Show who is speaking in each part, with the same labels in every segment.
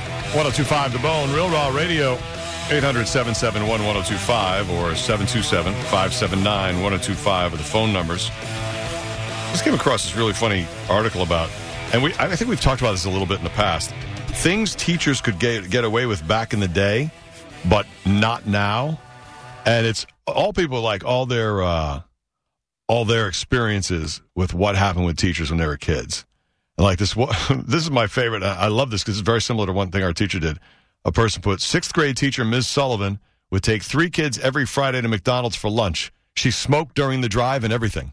Speaker 1: 1025 The Bone, Real Raw Radio, 800 771 1025 or 727 579 1025 are the phone numbers. Just came across this really funny article about, and we I think we've talked about this a little bit in the past. Things teachers could get, get away with back in the day, but not now. And it's all people like all their uh, all their experiences with what happened with teachers when they were kids. And like this, one- this is my favorite. I I love this because it's very similar to one thing our teacher did. A person put sixth grade teacher Ms. Sullivan would take three kids every Friday to McDonald's for lunch. She smoked during the drive and everything.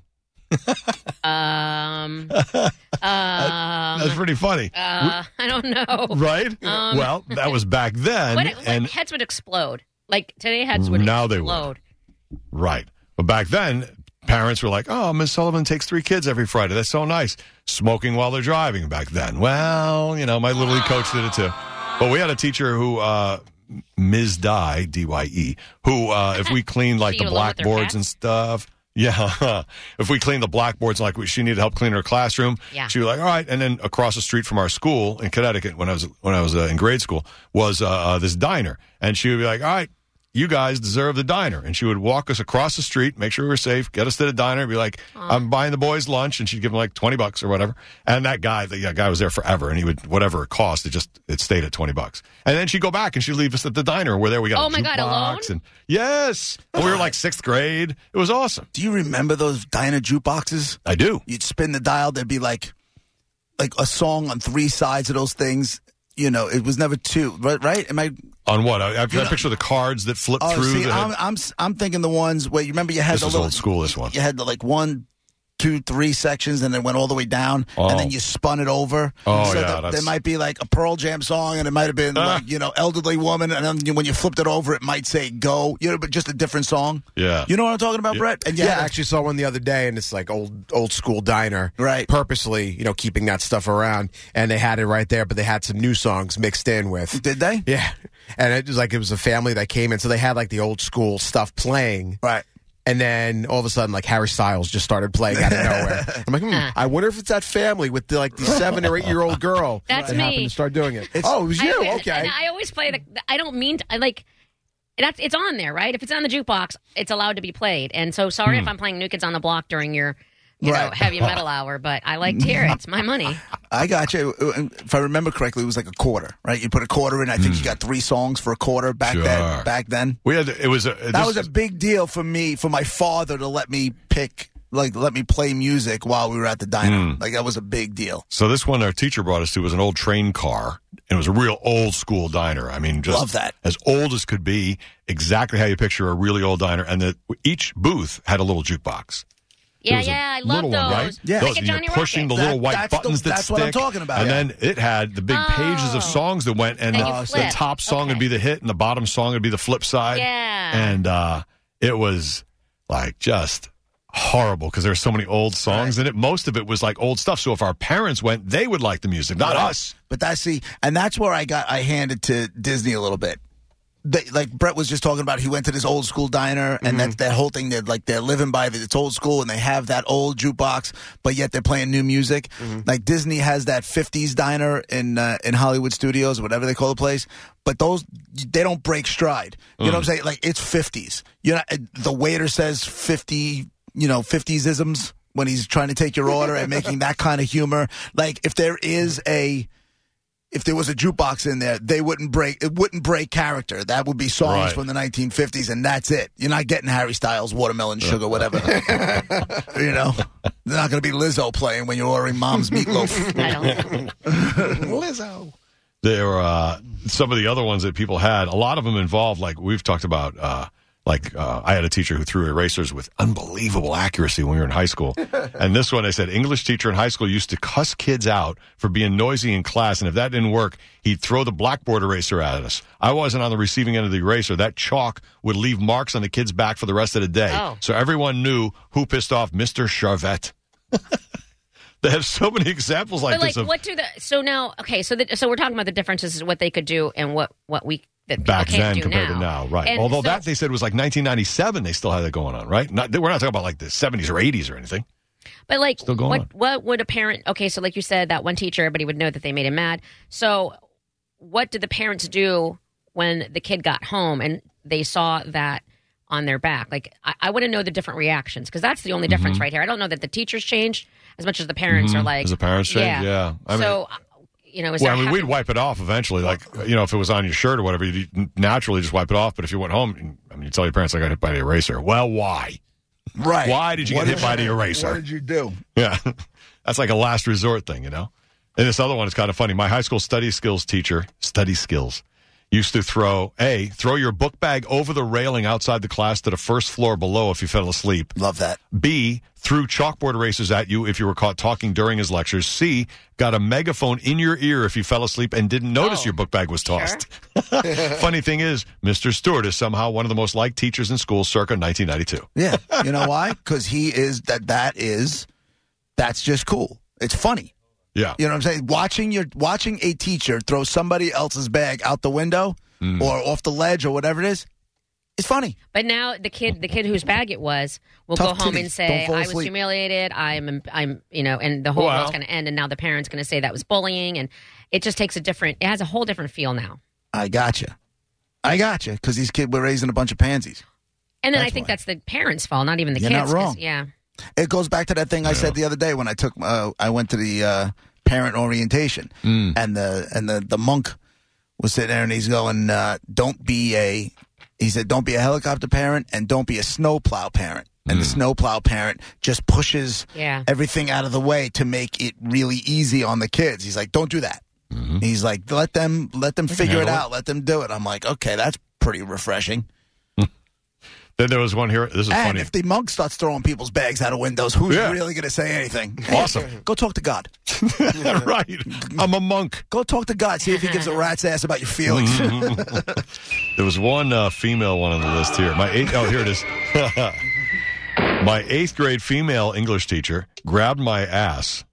Speaker 2: Um,
Speaker 1: That's
Speaker 2: um,
Speaker 1: pretty funny,
Speaker 2: uh, I don't know.
Speaker 1: right?
Speaker 2: um,
Speaker 1: well, that was back then,
Speaker 2: What, what
Speaker 1: and
Speaker 2: heads would explode. Like today, heads would
Speaker 1: Now they would.
Speaker 2: explode.
Speaker 1: right. But back then, parents were like, "Oh, Ms. Sullivan takes three kids every Friday. That's so nice." Smoking while they're driving back then. Well, you know, my little league coach did it too. But we had a teacher who, uh, Ms. Dye, D Y E, who, uh, if we cleaned like
Speaker 2: She
Speaker 1: the
Speaker 2: alone with her
Speaker 1: blackboards and stuff. Yeah, if we cleaned the blackboards, like we- she needed help clean her classroom,
Speaker 2: Yeah.
Speaker 1: she was like, "All right." And then across the street from our school in Connecticut, when I was when I was uh, in grade school, was uh, uh, this diner, and she would be like, "All right, you guys deserve the diner," and she would walk us across the street, make sure we were safe, get us to the diner, and be like, "I'm buying the boys lunch," and she'd give them like twenty bucks or whatever. And that guy, the yeah, guy was there forever, and he would whatever it cost, it just it stayed at twenty bucks, and then she'd go back and she'd leave us at the diner where there we got.
Speaker 2: Oh
Speaker 1: a
Speaker 2: my God,
Speaker 1: jukebox
Speaker 2: alone?
Speaker 1: And, yes, we were like sixth grade. It was awesome.
Speaker 3: Do you remember those diner jukeboxes?
Speaker 1: I do.
Speaker 3: You'd spin the dial. There'd be like, like a song on three sides of those things. You know, it was never two, right? Right? Am I?
Speaker 1: On what? I, I, I picture the cards that flip
Speaker 3: Oh,
Speaker 1: through.
Speaker 3: see,
Speaker 1: the,
Speaker 3: I'm, I'm, s- I'm thinking the ones where you remember you had
Speaker 1: this
Speaker 3: the
Speaker 1: is
Speaker 3: little
Speaker 1: old school. This one.
Speaker 3: You had the, like one, two, three sections, and it went all the way down,
Speaker 1: Oh.
Speaker 3: and then you spun it over.
Speaker 1: Oh,
Speaker 3: so
Speaker 1: yeah,
Speaker 3: that-
Speaker 1: that's-
Speaker 3: there might be like a Pearl Jam song, and it might have been
Speaker 1: Ah.
Speaker 3: like you know elderly woman, and then you- when you flipped it over, it might say go, you know, but just a different song.
Speaker 1: Yeah.
Speaker 3: you know what I'm talking about, Brett? And you
Speaker 4: Yeah,
Speaker 3: had
Speaker 4: I
Speaker 3: a-
Speaker 4: actually saw one the other day, and it's like old old school diner,
Speaker 3: Right.
Speaker 4: Purposely, you know, keeping that stuff around, and they had it right there, but they had some new songs mixed in with.
Speaker 3: Did they?
Speaker 4: Yeah, and it was like it was a family that came in, so they had like the old school stuff playing,
Speaker 3: Right.
Speaker 4: And then all of a sudden, like Harry Styles just started playing out of nowhere. I'm like, hmm,
Speaker 2: Ah.
Speaker 4: I wonder if it's that family with the, like the seven or eight year old girl
Speaker 2: That's
Speaker 4: that
Speaker 2: me.
Speaker 4: happened to start doing it. oh, it was you?
Speaker 2: I always,
Speaker 4: okay.
Speaker 2: And I always play the. the- I don't mean to, I like. That's it's on there, right? If it's on the jukebox, it's allowed to be played. And so, sorry
Speaker 1: Hmm.
Speaker 2: if I'm playing New Kids on the Block during your, you know,
Speaker 3: Right.
Speaker 2: heavy metal hour, but I like to hear it. It's my money.
Speaker 3: I got you. Uh, If I remember correctly, it was like a quarter, right? You put a quarter in. I think you got three songs for a quarter back
Speaker 1: Hmm. Sure.
Speaker 3: then. Back then,
Speaker 1: we had it was a,
Speaker 3: that
Speaker 1: this-
Speaker 3: was a big deal for me, for my father to let me pick, like, let me play music while we were at the diner.
Speaker 1: Hmm.
Speaker 3: Like, that was a big deal.
Speaker 1: So this one our teacher brought us to was an old train car, and it was a real old school diner. I mean, just
Speaker 3: Love that.
Speaker 1: as old as could be, exactly how you picture a really old diner. And the, each booth had a little jukebox. There
Speaker 2: Yeah,
Speaker 1: was a
Speaker 2: yeah, I love
Speaker 1: little
Speaker 2: those.
Speaker 1: One, right?
Speaker 3: Yeah.
Speaker 1: Those,
Speaker 2: like a
Speaker 1: and you're
Speaker 2: Johnny
Speaker 1: pushing
Speaker 2: Rocket.
Speaker 1: the little
Speaker 3: That-
Speaker 1: white
Speaker 3: that's the-
Speaker 1: buttons that
Speaker 3: that's
Speaker 1: stick.
Speaker 3: what I'm talking about.
Speaker 1: And
Speaker 3: Yeah.
Speaker 1: then it had the big pages
Speaker 2: Oh.
Speaker 1: of songs that went, and
Speaker 2: That you
Speaker 1: uh, the
Speaker 2: flip.
Speaker 1: top song would
Speaker 2: Okay.
Speaker 1: be the hit, and the bottom song would be the flip side.
Speaker 2: Yeah.
Speaker 1: And uh, it was like just horrible because there were so many old songs in it. Most of it was like old stuff. So if our parents went, they would like the music, not us.
Speaker 3: But that's see, and that's where I got I handed to Disney a little bit. They, like Brett was just talking about, he went to this old school diner, and that's that whole thing that like they're living by that it's old school, and they have that old jukebox, but yet they're playing new music. Like Disney has that '50s diner in uh, in Hollywood Studios, whatever they call the place, but those they don't break stride. You know what I'm saying? Like it's '50s. You know, the waiter says '50, you know, '50s isms when he's trying to take your order and making that kind of humor. Like if there is a if there was a jukebox in there, they wouldn't break it wouldn't break character. That would be songs
Speaker 1: Right.
Speaker 3: from the 1950s and that's it. You're not getting Harry Styles watermelon sugar whatever. you know. They're not going to be Lizzo playing when you're ordering mom's meatloaf.
Speaker 2: I don't.
Speaker 1: Lizzo. There were uh, some of the other ones that people had. A lot of them involved, like we've talked about. Uh, like uh, I had a teacher who threw erasers with unbelievable accuracy when we were in high school. and this one, I said, English teacher in high school used to cuss kids out for being noisy in class, and if that didn't work, he'd throw the blackboard eraser at us. I wasn't on the receiving end of the eraser. That chalk would leave marks on the kid's back for the rest of the day,
Speaker 2: Oh.
Speaker 1: so everyone knew who pissed off Mister Charvet. they have so many examples like,
Speaker 2: But like,
Speaker 1: this of
Speaker 2: what do the? So now, okay, so the, so we're talking about the differences is what they could do and what what we that
Speaker 1: back
Speaker 2: people
Speaker 1: then
Speaker 2: can't do
Speaker 1: compared
Speaker 2: now.
Speaker 1: to now, right?
Speaker 2: And
Speaker 1: Although
Speaker 2: so-
Speaker 1: that they said was like 1997, they still had that going on, right? Not, we're not talking about like the 70s or 80s or anything.
Speaker 2: But like,
Speaker 1: Still going
Speaker 2: what
Speaker 1: on.
Speaker 2: what would a parent? Okay, so like you said, that one teacher, everybody would know that they made him mad. So what did the parents do when the kid got home and they saw that on their back? Like, I, I want to know the different reactions because that's the only difference right here. I don't know that the teachers changed as much as the parents are like.
Speaker 1: Mm-hmm. As the parents change? Yeah. I mean-
Speaker 2: so, uh, you know, is
Speaker 1: Well, I
Speaker 2: there
Speaker 1: mean,
Speaker 2: half-
Speaker 1: we'd wipe it off eventually. Like, you know, if it was on your shirt or whatever, you'd naturally just wipe it off. But if you went home, I mean, you tell your parents I got hit by the eraser. Well, why?
Speaker 3: Right.
Speaker 1: Why did you
Speaker 3: What
Speaker 1: get hit
Speaker 3: did
Speaker 1: by the
Speaker 3: you- What
Speaker 1: eraser?
Speaker 3: did you do?
Speaker 1: Yeah. That's like a last resort thing, you know? And this other one is kind of funny. My high school study skills teacher, study skills, used to throw A, throw your book bag over the railing outside the class to the first floor below if you fell asleep.
Speaker 3: Love that.
Speaker 1: B, threw chalkboard erasers at you if you were caught talking during his lectures. C, got a megaphone in your ear if you fell asleep and didn't notice
Speaker 2: Oh,
Speaker 1: your book bag was tossed. Funny thing is, Mr. Stewart is somehow one of the most liked teachers in school circa 1992.
Speaker 3: Yeah. You know why? Because he is that. That is. That's just cool. It's funny.
Speaker 1: Yeah.
Speaker 3: You know what I'm saying? Watching your watching a teacher throw somebody else's bag out the window
Speaker 1: Mm.
Speaker 3: or off the ledge or whatever it is, it's funny.
Speaker 2: But now the kid, the kid whose bag it was, will
Speaker 3: Tough
Speaker 2: go home
Speaker 3: titties.
Speaker 2: and say,
Speaker 3: Don't fall
Speaker 2: "I was
Speaker 3: asleep."
Speaker 2: humiliated. I'm, I'm, you know," and the whole
Speaker 1: Wow.
Speaker 2: world's going to end. And now the parents going to say that was bullying, and it just takes a different. It has a whole different feel now.
Speaker 3: I gotcha. I gotcha. Because these kids were raising a bunch of pansies.
Speaker 2: And then I
Speaker 3: That's
Speaker 2: think
Speaker 3: why.
Speaker 2: that's the parents' fault, not even the
Speaker 3: You're not
Speaker 2: kids. 'cause-
Speaker 3: wrong.
Speaker 2: Yeah.
Speaker 3: It goes back to that thing I said the other day when I took uh, I went to the uh, parent orientation
Speaker 1: Mm.
Speaker 3: and the and the, the monk was sitting there and he's going, uh, "Don't be a," he said, "Don't be a helicopter parent and don't be a snowplow parent." And
Speaker 1: Mm.
Speaker 3: the snowplow parent just pushes
Speaker 2: Yeah.
Speaker 3: everything out of the way to make it really easy on the kids. He's like, "Don't do that." He's like, "Let them let them figure
Speaker 1: Mm-hmm.
Speaker 3: it
Speaker 1: handle it.
Speaker 3: out. Let them do it." I'm like, "Okay, that's pretty refreshing."
Speaker 1: Then there was one here. This is
Speaker 3: and
Speaker 1: funny.
Speaker 3: if the monk starts throwing people's bags out of windows, who's
Speaker 1: Yeah.
Speaker 3: really going to say anything?
Speaker 1: Awesome.
Speaker 3: Go talk to God.
Speaker 1: right. I'm a monk.
Speaker 3: Go talk to God. See if he gives a rat's ass about your feelings.
Speaker 1: There was one uh, female one on the list here. My eighth, oh, here it is. my eighth grade female English teacher grabbed my ass,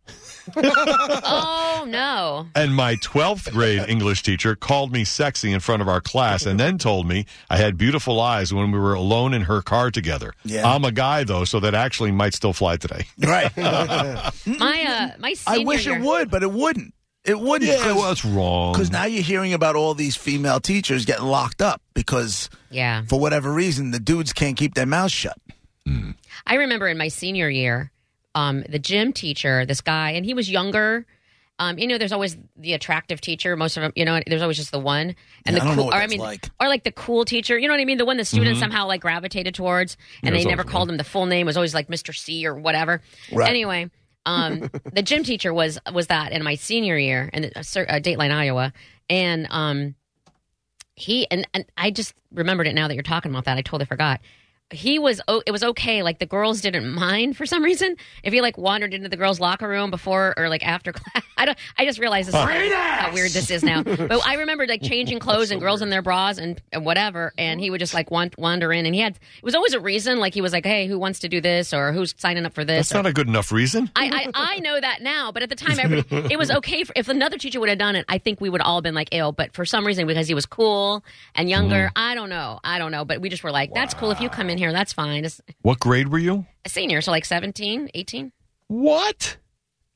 Speaker 2: Oh no.
Speaker 1: and my 12th grade English teacher called me sexy in front of our class and then told me I had beautiful eyes when we were alone in her car together.
Speaker 3: Yeah.
Speaker 1: I'm a guy, though, so that actually might still fly today.
Speaker 3: right.
Speaker 2: My uh, my
Speaker 3: I
Speaker 2: senior
Speaker 3: wish
Speaker 2: year-
Speaker 3: it would, but it wouldn't. It wouldn't.
Speaker 1: that's wrong.
Speaker 3: Because now you're hearing about all these female teachers getting locked up because,
Speaker 2: Yeah.
Speaker 3: for whatever reason, the dudes can't keep their mouths shut.
Speaker 2: I remember in my senior year, um, the gym teacher, this guy, and he was younger. Um, you know, there's always the attractive teacher. Most of them, you know, there's always just the one, and
Speaker 3: Yeah,
Speaker 2: the
Speaker 3: I don't know
Speaker 2: cool,
Speaker 3: what
Speaker 2: or I
Speaker 3: that's
Speaker 2: mean,
Speaker 3: like. Mm-hmm.
Speaker 2: or like the cool teacher. You know what I mean? The one the students somehow like gravitated towards, and
Speaker 1: there's
Speaker 2: they never
Speaker 1: always
Speaker 2: called him the full name. It was always like Mr. C or whatever.
Speaker 3: Right.
Speaker 2: Anyway, um, the gym teacher was was that in my senior year in uh, Sur- uh, Dateline, Iowa, and um, he and, and I just remembered it now that you're talking about that. I totally forgot. He was o- it was okay. Like the girls didn't mind for some reason if he like wandered into the girls' locker room before or like after class. I don't. I just realized this is how weird this is now. But I remember like changing clothes and girls in their bras and, and whatever, and he would just like want, wander in. And he had it was always a reason. Like he was like, hey, who wants to do this or who's signing up for this?
Speaker 1: that's
Speaker 2: or-
Speaker 1: not a good enough reason.
Speaker 2: I, I, I know that now, but at the time, every, it was okay. For, if another teacher would have done it, I think we would all been like, "Ew!" But for some reason, because he was cool and
Speaker 1: Mm-hmm.
Speaker 2: younger, I don't know, I don't know. But we just were like, "That's cool. If you come in here, that's fine." It's
Speaker 1: What grade were you?
Speaker 2: a senior, so like 17, 18.
Speaker 1: What?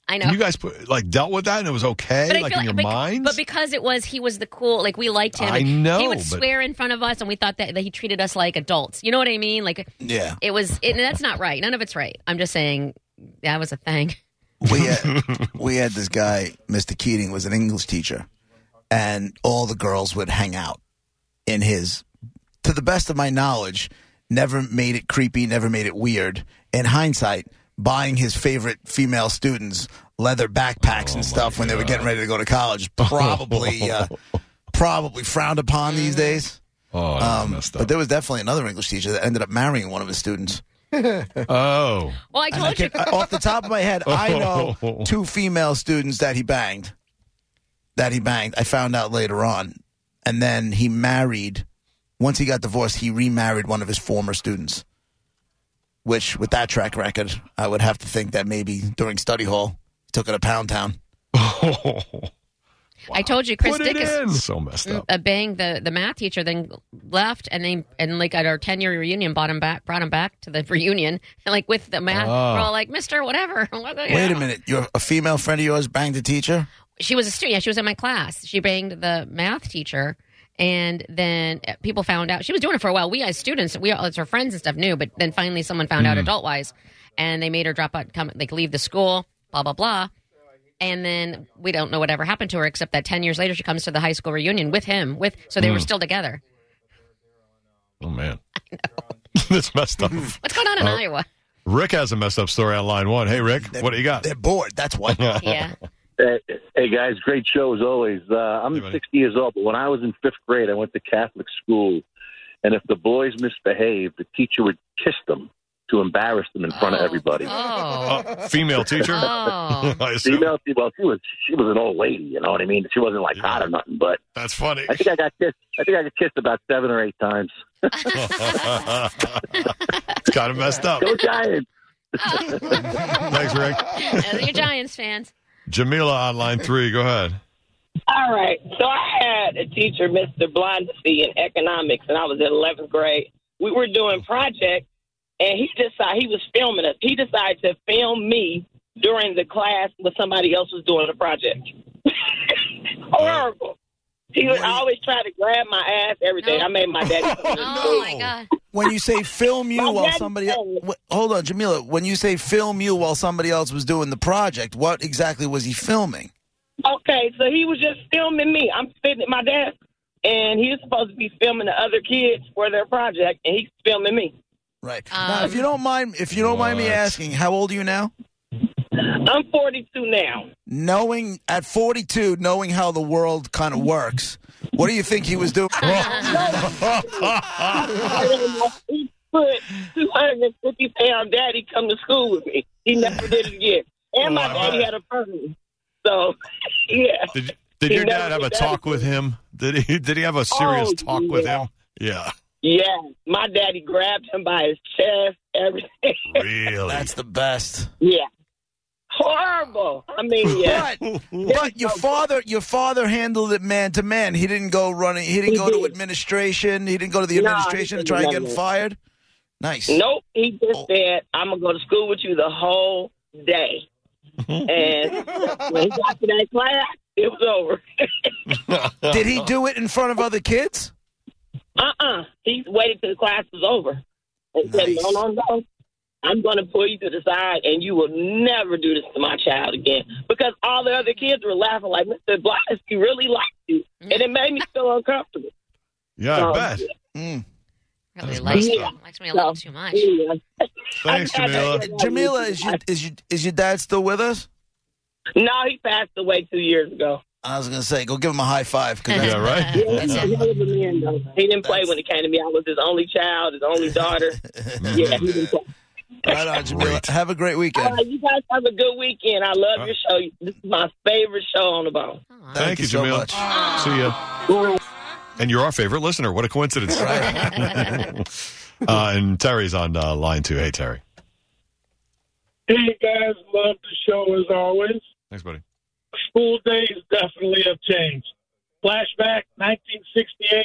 Speaker 2: I know.
Speaker 1: And you guys put, like dealt with that and it was okay,
Speaker 2: but I
Speaker 1: like
Speaker 2: feel
Speaker 1: in your
Speaker 2: bec-
Speaker 1: minds.
Speaker 2: but because it was he was the cool, like we liked him.
Speaker 1: I
Speaker 2: and
Speaker 1: know,
Speaker 2: he would
Speaker 1: but-
Speaker 2: swear in front of us, and we thought that, that he treated us like adults. You know what I mean? Like
Speaker 3: Yeah.
Speaker 2: it was. It, and that's not right. None of it's right. I'm just saying that was a thing.
Speaker 3: we had, we had this guy, Mr. Keating, was an English teacher, and all the girls would hang out in his. To the best of my knowledge, never made it creepy, never made it weird. In hindsight, buying his favorite female students leather backpacks
Speaker 1: Oh
Speaker 3: and stuff when they were getting ready to go to college is probably uh, probably frowned upon these days. Um,
Speaker 1: oh, that's messed
Speaker 3: But
Speaker 1: up.
Speaker 3: there was definitely another English teacher that ended up marrying one of his students.
Speaker 1: oh.
Speaker 2: Well, I told you.
Speaker 3: Okay, off the top of my head, I know two female students that he banged. That he banged. I found out later on. And then he married, once he got divorced, he remarried one of his former students. Which, with that track record, I would have to think that maybe during study hall, he took it to Pound Town.
Speaker 2: I told you, Chris Dick is.
Speaker 1: So messed up.
Speaker 2: uh, banged the, the math teacher, then left, and they and like at our ten year reunion, brought him back, brought him back to the reunion, and like with the math, we're all like Mister, whatever. What the
Speaker 3: Oh. Wait a
Speaker 2: hell?
Speaker 3: minute. You're a female friend of yours banged a teacher?
Speaker 2: she was a student. Yeah, she was in my class. She banged the math teacher, and then uh, people found out she was doing it for a while. We as students, we all- as her friends and stuff knew, but then finally someone found
Speaker 3: Mm.
Speaker 2: out adult wise, and they made her drop out, come like leave the school, blah blah blah. And then we don't know whatever happened to her, except that ten years later she comes to the high school reunion with him. With so
Speaker 3: Mm.
Speaker 2: they were still together. Mm.
Speaker 1: Oh, man. That's messed up.
Speaker 2: What's going on in Iowa?
Speaker 1: Rick has a messed up story on line one. Hey, Rick, what do you got?
Speaker 3: They're bored. That's why.
Speaker 2: Yeah,
Speaker 5: Hey, hey guys, great show as always. Uh, I'm
Speaker 1: Hey, buddy.
Speaker 5: 60 years old, but when I was in fifth grade, I went to Catholic school, and if the boys misbehaved, the teacher would kiss them to embarrass them in front of
Speaker 2: Oh.
Speaker 5: everybody.
Speaker 2: Oh,
Speaker 1: Uh, female teacher?
Speaker 2: oh,
Speaker 1: I assume.
Speaker 5: Female, well, she was she was an old lady, you know what I mean. She wasn't like
Speaker 1: Yeah.
Speaker 5: hot or nothing, but
Speaker 1: That's funny.
Speaker 5: I think I got kissed. I think I got kissed about seven or eight times.
Speaker 1: it's kind of messed up.
Speaker 5: Go Giants!
Speaker 1: Thanks, Rick.
Speaker 2: you're Giants fans.
Speaker 1: Jamila on line three. Go ahead.
Speaker 6: All right. So I had a teacher, Mr. Blondesee, in economics, and I was in 11th grade. We were doing projects, and he decided he was filming us. He decided to film me during the class when somebody else was doing the project. Horrible. He would always try to grab my ass, everything. I made my daddy. come to the
Speaker 2: Oh
Speaker 6: school.
Speaker 2: my god.
Speaker 3: When you say film you
Speaker 6: My
Speaker 3: while
Speaker 6: dad
Speaker 3: somebody
Speaker 6: said-
Speaker 3: else, hold on, Jamila. When you say film you while somebody else was doing the project, what exactly was he filming?
Speaker 6: Okay, so he was just filming me. I'm sitting at my desk, and he was supposed to be filming the other kids for their project, and he's filming me.
Speaker 3: Right. now, if
Speaker 2: Um,
Speaker 3: you don't mind, if you don't mind me
Speaker 1: What?
Speaker 3: asking, how old are you now?
Speaker 6: I'm 42 now.
Speaker 3: Knowing at 42, knowing how the world kind of works, what do you think he was doing?
Speaker 6: Eight foot, 250 pound daddy come to school with me. He never did it again. And my
Speaker 1: Wow.
Speaker 6: daddy had a permit. So, yeah.
Speaker 1: Did, did
Speaker 6: He
Speaker 1: your
Speaker 6: never
Speaker 1: dad have a
Speaker 6: did that
Speaker 1: talk with him? Did he? Did he have a serious
Speaker 6: Oh,
Speaker 1: talk with
Speaker 6: yeah.
Speaker 1: him? Yeah,
Speaker 6: Yeah. My daddy grabbed him by his chest, everything.
Speaker 1: really.
Speaker 3: That's the best.
Speaker 6: yeah. Horrible. I mean, yeah.
Speaker 3: But, but your father, your father handled it man to man. He didn't go running. He didn't
Speaker 6: He
Speaker 3: go to
Speaker 6: did.
Speaker 3: administration. He didn't go to the
Speaker 6: No, he
Speaker 3: administration to
Speaker 6: didn't
Speaker 3: try and
Speaker 6: do
Speaker 3: get
Speaker 6: none
Speaker 3: him
Speaker 6: of
Speaker 3: fired. Nice.
Speaker 6: Nope, he just said, "I'm gonna go to school with you the whole day." and when he got to that class, it was over.
Speaker 3: Did he do it in front of other kids?
Speaker 6: uh uh He waited till the class was over and said, "No,
Speaker 3: Nice.
Speaker 6: no, no." I'm going to pull you to the side, and you will never do this to my child again. Because all the other kids were laughing, like, Mr. Blas, he really likes you. And it made me feel uncomfortable.
Speaker 1: yeah, I
Speaker 6: Um,
Speaker 1: bet.
Speaker 3: Mm.
Speaker 2: Really
Speaker 1: That's
Speaker 2: likes
Speaker 1: messed
Speaker 2: me.
Speaker 1: up.
Speaker 2: Likes me a little
Speaker 6: So,
Speaker 2: too much.
Speaker 6: yeah.
Speaker 1: Thanks,
Speaker 6: I'm glad
Speaker 1: Jamila.
Speaker 6: I did.
Speaker 3: Jamila, is your, is your is your dad still with us?
Speaker 6: No, he passed away two years ago.
Speaker 3: I was gonna say, go give him a high five. 'cause
Speaker 1: Yeah,
Speaker 3: that's-
Speaker 1: right.
Speaker 6: He was a hell of a man, though. He didn't play when it came to me. I was his only child, his only daughter. yeah, he didn't play.
Speaker 3: right on, Jamila.
Speaker 1: Great.
Speaker 3: Have a great
Speaker 6: All
Speaker 3: weekend.
Speaker 6: right, you guys have a good weekend. I love your show. This is my favorite show on the bone.
Speaker 2: Aw.
Speaker 1: Thank you,
Speaker 3: so
Speaker 1: Jamila.
Speaker 3: much.
Speaker 1: See ya. And you're our favorite listener. What a coincidence. uh, and Terry's on uh, line two. Hey, Terry.
Speaker 7: Hey you guys, love the show as always.
Speaker 1: Thanks, buddy.
Speaker 7: School days definitely have changed. Flashback, 1968,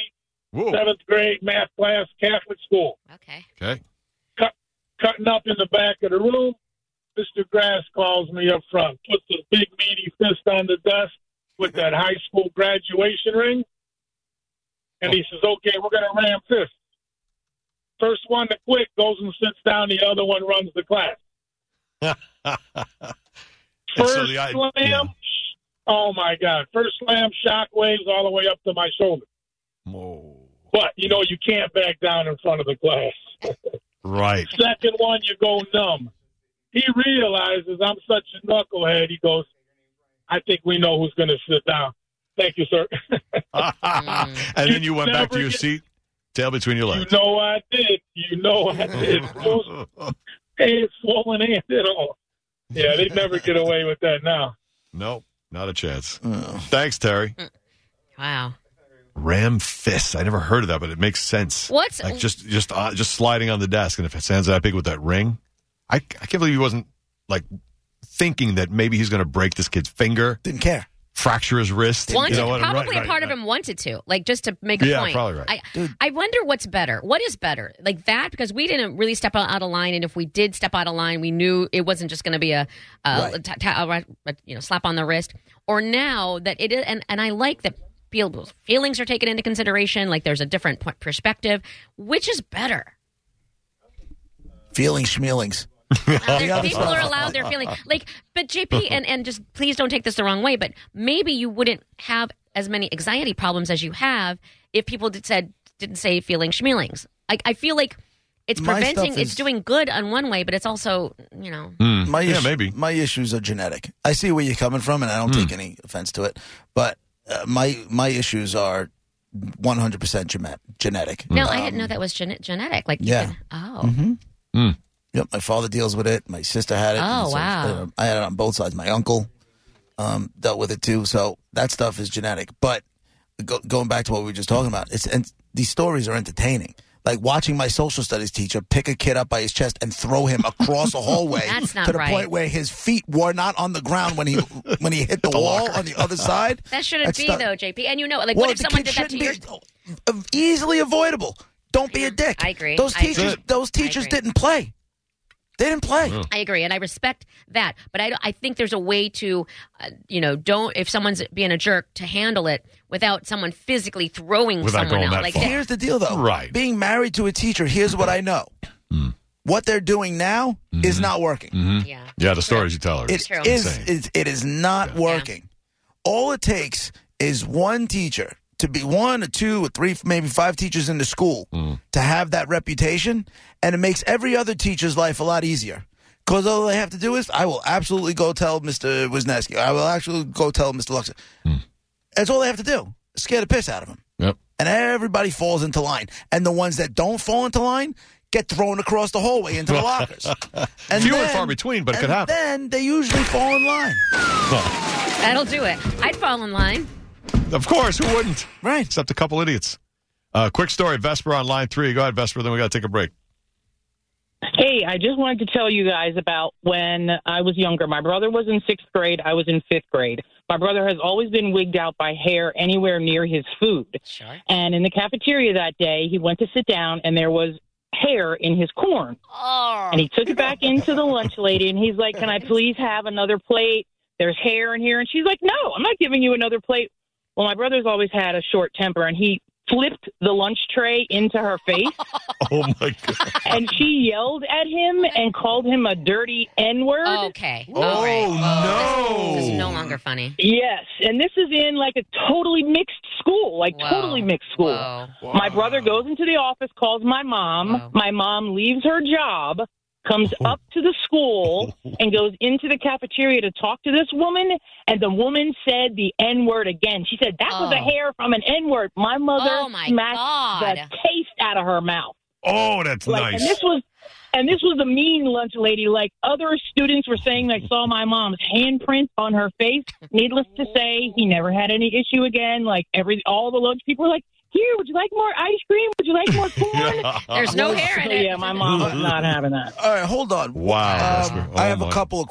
Speaker 1: Whoa.
Speaker 7: seventh grade math class, Catholic school.
Speaker 2: Okay.
Speaker 1: Okay.
Speaker 7: Cutting up in the back of the room, Mr. Grass calls me up front, puts his big meaty fist on the desk with that high school graduation ring, and he says, "Okay, we're going to ram fist." First one to quit goes and sits down. The other one runs the class.
Speaker 1: And
Speaker 7: First
Speaker 1: so the I-
Speaker 7: slam.
Speaker 1: yeah.
Speaker 7: Oh my God! First slam, shockwaves all the way up to my shoulder.
Speaker 1: Whoa.
Speaker 7: But you know you can't back down in front of the glass.
Speaker 1: Right.
Speaker 7: Second one, you go numb. He realizes I'm such a knucklehead. He goes, "I think we know who's going to sit down." Thank you, sir.
Speaker 1: and then you went back to your seat, tail between your
Speaker 7: you
Speaker 1: legs.
Speaker 7: know I did. You know I did. Those hands, swollen hands and all. Yeah, they never get away with that now.
Speaker 1: nope. Not a chance.
Speaker 3: Oh.
Speaker 1: Thanks, Terry.
Speaker 2: Wow.
Speaker 1: Ram fist. I never heard of that, but it makes sense.
Speaker 2: What's
Speaker 1: Like just just uh, just sliding on the desk, and if it sounds that big with that ring, I I can't believe he wasn't like thinking that maybe he's going to break this kid's finger.
Speaker 3: Didn't care.
Speaker 1: fracture his wrist.
Speaker 2: Wanted,
Speaker 1: You know what?
Speaker 2: probably
Speaker 1: Right,
Speaker 2: a
Speaker 1: right,
Speaker 2: part of him wanted to, like, just to make a
Speaker 1: Yeah,
Speaker 2: point.
Speaker 1: probably right.
Speaker 2: I, I wonder what's better. What is better, like that? Because we didn't really step out, out of line, and if we did step out of line, we knew it wasn't just going to be a, a,
Speaker 3: Right.
Speaker 2: ta- ta- a, a- you know slap on the wrist. Or now that it is, and, and I like that people's feelings are taken into consideration. Like, there's a different point, perspective. Which is better?
Speaker 3: Feeling schmeelings.
Speaker 2: There's- people are allowed their feelings. Like, but JP, and, and just please don't take this the wrong way, but maybe you wouldn't have as many anxiety problems as you have if people did, said didn't say feeling schmeelings. I, I feel like it's
Speaker 3: My stuff
Speaker 2: preventing, it's
Speaker 3: is- Mm-hmm.
Speaker 2: doing good on one way, but it's also, you know,
Speaker 3: My
Speaker 1: Yeah,
Speaker 3: issue-
Speaker 1: maybe. Hmm.
Speaker 3: My issues are genetic. I see where you're coming from, and I don't take any offense to it. But uh, my my issues are 100 percent genetic.
Speaker 2: no, I didn't know that was gene- genetic. Like, you
Speaker 3: yeah. Mm-hmm.
Speaker 2: could- oh,
Speaker 3: Yep, my father deals with it. My sister had it.
Speaker 2: Oh,
Speaker 3: and so,
Speaker 2: wow.
Speaker 3: uh, I had it on both sides. My uncle um, dealt with it too. So that stuff is genetic. But go, going back to what we were just talking about, it's and these stories are entertaining. Like watching my social studies teacher pick a kid up by his chest and throw him across a hallway
Speaker 2: That's not
Speaker 3: to the
Speaker 2: right.
Speaker 3: point where his feet were not on the ground when he when he hit the, wall on the other side.
Speaker 2: that shouldn't
Speaker 3: That's
Speaker 2: be
Speaker 3: not-
Speaker 2: though, JP. And you know, like,
Speaker 3: well,
Speaker 2: what if
Speaker 3: the
Speaker 2: someone did
Speaker 3: kid
Speaker 2: that to
Speaker 3: shouldn't
Speaker 2: your
Speaker 3: be uh, easily avoidable. Don't be a dick.
Speaker 2: I agree.
Speaker 3: Those
Speaker 2: I agree.
Speaker 3: teachers, those
Speaker 2: I
Speaker 3: teachers
Speaker 2: agree.
Speaker 3: didn't play. They didn't play.
Speaker 2: I agree, and I respect that. But I, I think there's a way to, uh, you know, don't if someone's being a jerk to handle it without someone physically throwing
Speaker 1: Without
Speaker 2: someone
Speaker 1: going
Speaker 2: out.
Speaker 1: that
Speaker 2: like
Speaker 1: far.
Speaker 2: that.
Speaker 3: Here's the deal, though.
Speaker 1: Right.
Speaker 3: Being married to a teacher, here's what I know. What they're doing now is not working.
Speaker 1: Mm-hmm.
Speaker 2: yeah,
Speaker 1: Yeah, the stories you tell are
Speaker 3: It
Speaker 2: True.
Speaker 3: is.
Speaker 1: insane.
Speaker 3: It, it is not working. All it takes is one teacher to be one or two or three, maybe five teachers in the school to have that reputation, and it makes every other teacher's life a lot easier. Because all they have to do is, I will absolutely go tell Mr. Wisniewski. I will actually go tell Mr. Luxon. That's all they have to do. Scare the piss out of him
Speaker 1: Yep.
Speaker 3: and everybody falls into line. And the ones that don't fall into line get thrown across the hallway into the lockers. And
Speaker 1: Few and far between, but it
Speaker 3: and
Speaker 1: could happen.
Speaker 3: Then they usually fall in line.
Speaker 2: that'll do it. I'd fall in line.
Speaker 1: Of course, who wouldn't?
Speaker 3: Right.
Speaker 1: Except a couple idiots. Uh, quick story, Vesper on line three. Go ahead, Vesper, then we got to take a break.
Speaker 8: Hey, I just wanted to tell you guys about when I was younger. My brother was in sixth grade. I was in fifth grade. My brother has always been wigged out by hair anywhere near his food.
Speaker 2: Sure.
Speaker 8: And in the cafeteria that day, he went to sit down and there was hair in his corn.
Speaker 2: Oh,
Speaker 8: And he took it back into the lunch lady and he's like, Can I please have another plate? There's hair in here. And she's like, No, I'm not giving you another plate. Well, my brother's always had a short temper and he flipped the lunch tray into her face
Speaker 1: Oh, my God.
Speaker 8: and she yelled at him and called him a dirty N word.
Speaker 2: okay. All right.
Speaker 1: Oh,
Speaker 2: This is no
Speaker 1: no.
Speaker 2: longer funny.
Speaker 8: Yes, and this is in like a totally mixed school, like
Speaker 2: Whoa.
Speaker 8: totally mixed school.
Speaker 2: Whoa.
Speaker 8: My brother goes into the office, calls my mom.
Speaker 2: Wow.
Speaker 8: My mom leaves her job, comes up to the school, and goes into the cafeteria to talk to this woman. And the woman said the N word again. She said, That was
Speaker 2: Oh.
Speaker 8: a hair from an N word. My mother
Speaker 2: Oh, my
Speaker 8: smacked
Speaker 2: God.
Speaker 8: the taste out of her mouth.
Speaker 1: Oh, that's
Speaker 8: Like,
Speaker 1: nice.
Speaker 8: and this was, and this was the mean lunch lady. Like other students were saying, they saw my mom's handprint on her face. Needless to say, he never had any issue again. Like every, all the lunch people were like, "Here, would you like more ice cream? Would you like more corn?"
Speaker 1: Uh-huh.
Speaker 2: There's no hair in
Speaker 8: So
Speaker 2: it.
Speaker 8: yeah, my mom was not having that.
Speaker 3: All right, hold on.
Speaker 1: Wow.
Speaker 3: Um,
Speaker 1: Vesper. Oh,
Speaker 3: I have
Speaker 1: my.
Speaker 3: a couple of